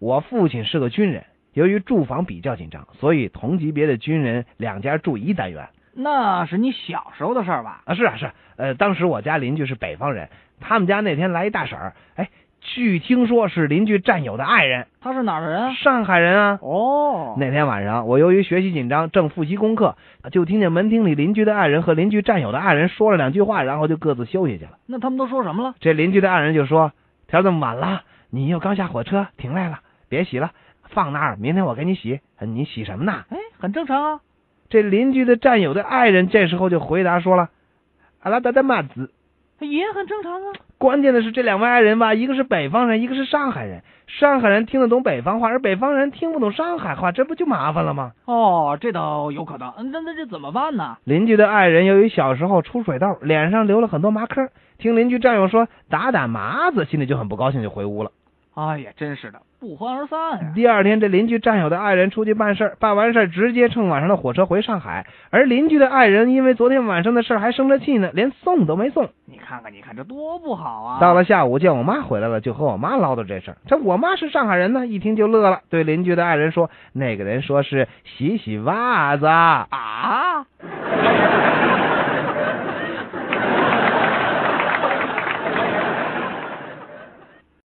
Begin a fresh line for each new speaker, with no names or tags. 我父亲是个军人，由于住房比较紧张，所以同级别的军人两家住一单元。
那是你小时候的事儿吧？
啊，是啊是啊，呃，当时我家邻居是北方人，他们家那天来一大婶儿，哎，据听说是邻居战友的爱人，
他是哪儿的人？
上海人啊。
哦，
那天晚上，我由于学习紧张，正复习功课，就听见门厅里邻居的爱人和邻居战友的爱人说了两句话，然后就各自休息去了。
那他们都说什么了？
这邻居的爱人就说：“天儿这么晚了，你又刚下火车，停累了，别洗了，放那儿，明天我给你洗。呃你洗什么呢
哎，很正常啊。？”
这邻居的战友的爱人这时候就回答说了：“阿拉达达马子。”
也很正常啊。
关键的是，这两位爱人吧，一个是北方人，一个是上海人。上海人听得懂北方话，而北方人听不懂上海话，这不就麻烦了吗？
哦，这倒有可能。嗯那那这怎么办呢？
邻居的爱人由于小时候出水痘，脸上留了很多麻坑，听邻居战友说打打麻子，心里就很不高兴，就回屋了。
哎呀，真是的，不欢而散啊呀、
第二天，这邻居战友的爱人出去办事儿，办完事儿直接乘晚上的火车回上海，而邻居的爱人因为昨天晚上的事儿还生着气呢，连送都没送。
你看看，你看这多不好啊！
到了下午，见我妈回来了，就和我妈唠叨这事儿。这我妈是上海人呢，一听就乐了，对邻居的爱人说：“那个人说是洗洗袜子。”
啊，